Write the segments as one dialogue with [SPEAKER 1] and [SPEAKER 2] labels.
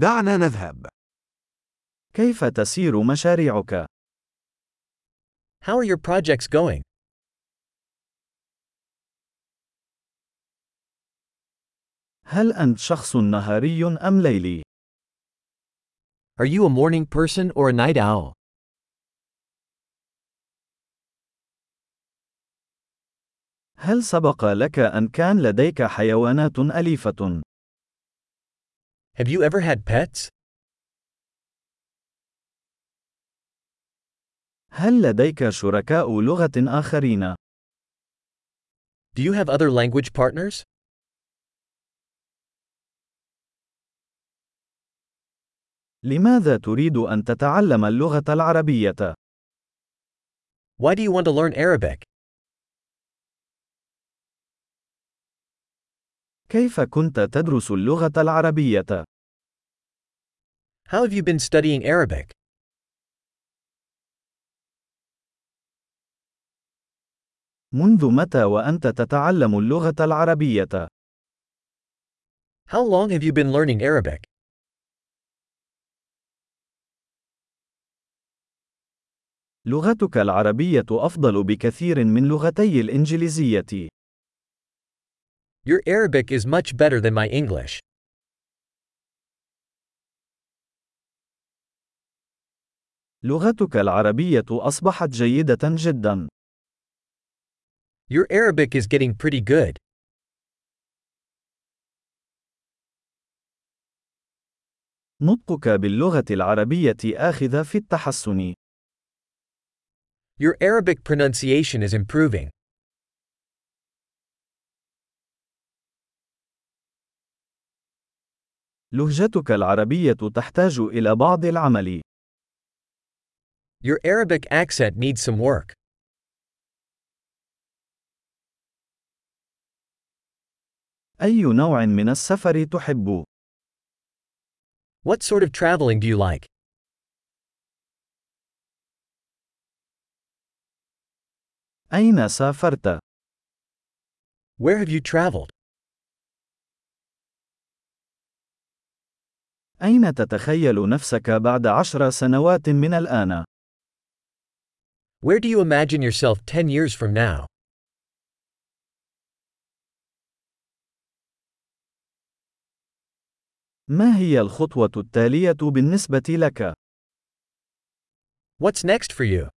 [SPEAKER 1] دعنا نذهب.
[SPEAKER 2] كيف تسير مشاريعك؟
[SPEAKER 3] How are your projects going?
[SPEAKER 2] هل أنت شخص نهاري أم ليلي؟
[SPEAKER 3] Are you a morning person or a night owl?
[SPEAKER 2] هل سبق لك أن كان لديك حيوانات أليفة؟
[SPEAKER 3] Have you ever had pets?
[SPEAKER 2] هل لديك شركاء لغة آخرين؟
[SPEAKER 3] Do you have other language partners?
[SPEAKER 2] لماذا تريد أن تتعلم اللغة العربية؟
[SPEAKER 3] Why do you want to learn Arabic?
[SPEAKER 2] كيف كنت تدرس اللغة العربية؟
[SPEAKER 3] How have you been studying Arabic?
[SPEAKER 2] منذ متى وأنت تتعلم اللغة العربية؟
[SPEAKER 3] How long have you been learning Arabic?
[SPEAKER 2] لغتك العربية أفضل بكثير من لغتي الإنجليزية.
[SPEAKER 3] Your Arabic is much better than my English.
[SPEAKER 2] لغتك العربية أصبحت جيدة جدا.
[SPEAKER 3] Your Arabic is getting pretty good.
[SPEAKER 2] نطقك باللغة العربية آخذ في التحسن.
[SPEAKER 3] Your Arabic pronunciation is improving.
[SPEAKER 2] لهجتك العربية تحتاج إلى بعض العمل.
[SPEAKER 3] Your Arabic accent needs some work.
[SPEAKER 2] أي نوع من السفر تحب؟
[SPEAKER 3] What sort of traveling do you like?
[SPEAKER 2] أين سافرت؟
[SPEAKER 3] Where have you traveled?
[SPEAKER 2] أين تتخيل نفسك بعد عشر سنوات من الآن؟
[SPEAKER 3] Where do you imagine yourself 10 years from now?
[SPEAKER 2] ما هي الخطوة التالية بالنسبة لك؟
[SPEAKER 3] What's next for you?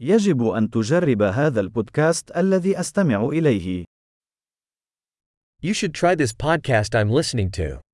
[SPEAKER 2] يجب أن تجرب هذا البودكاست الذي أستمع إليه.
[SPEAKER 3] You should try this podcast I'm listening to.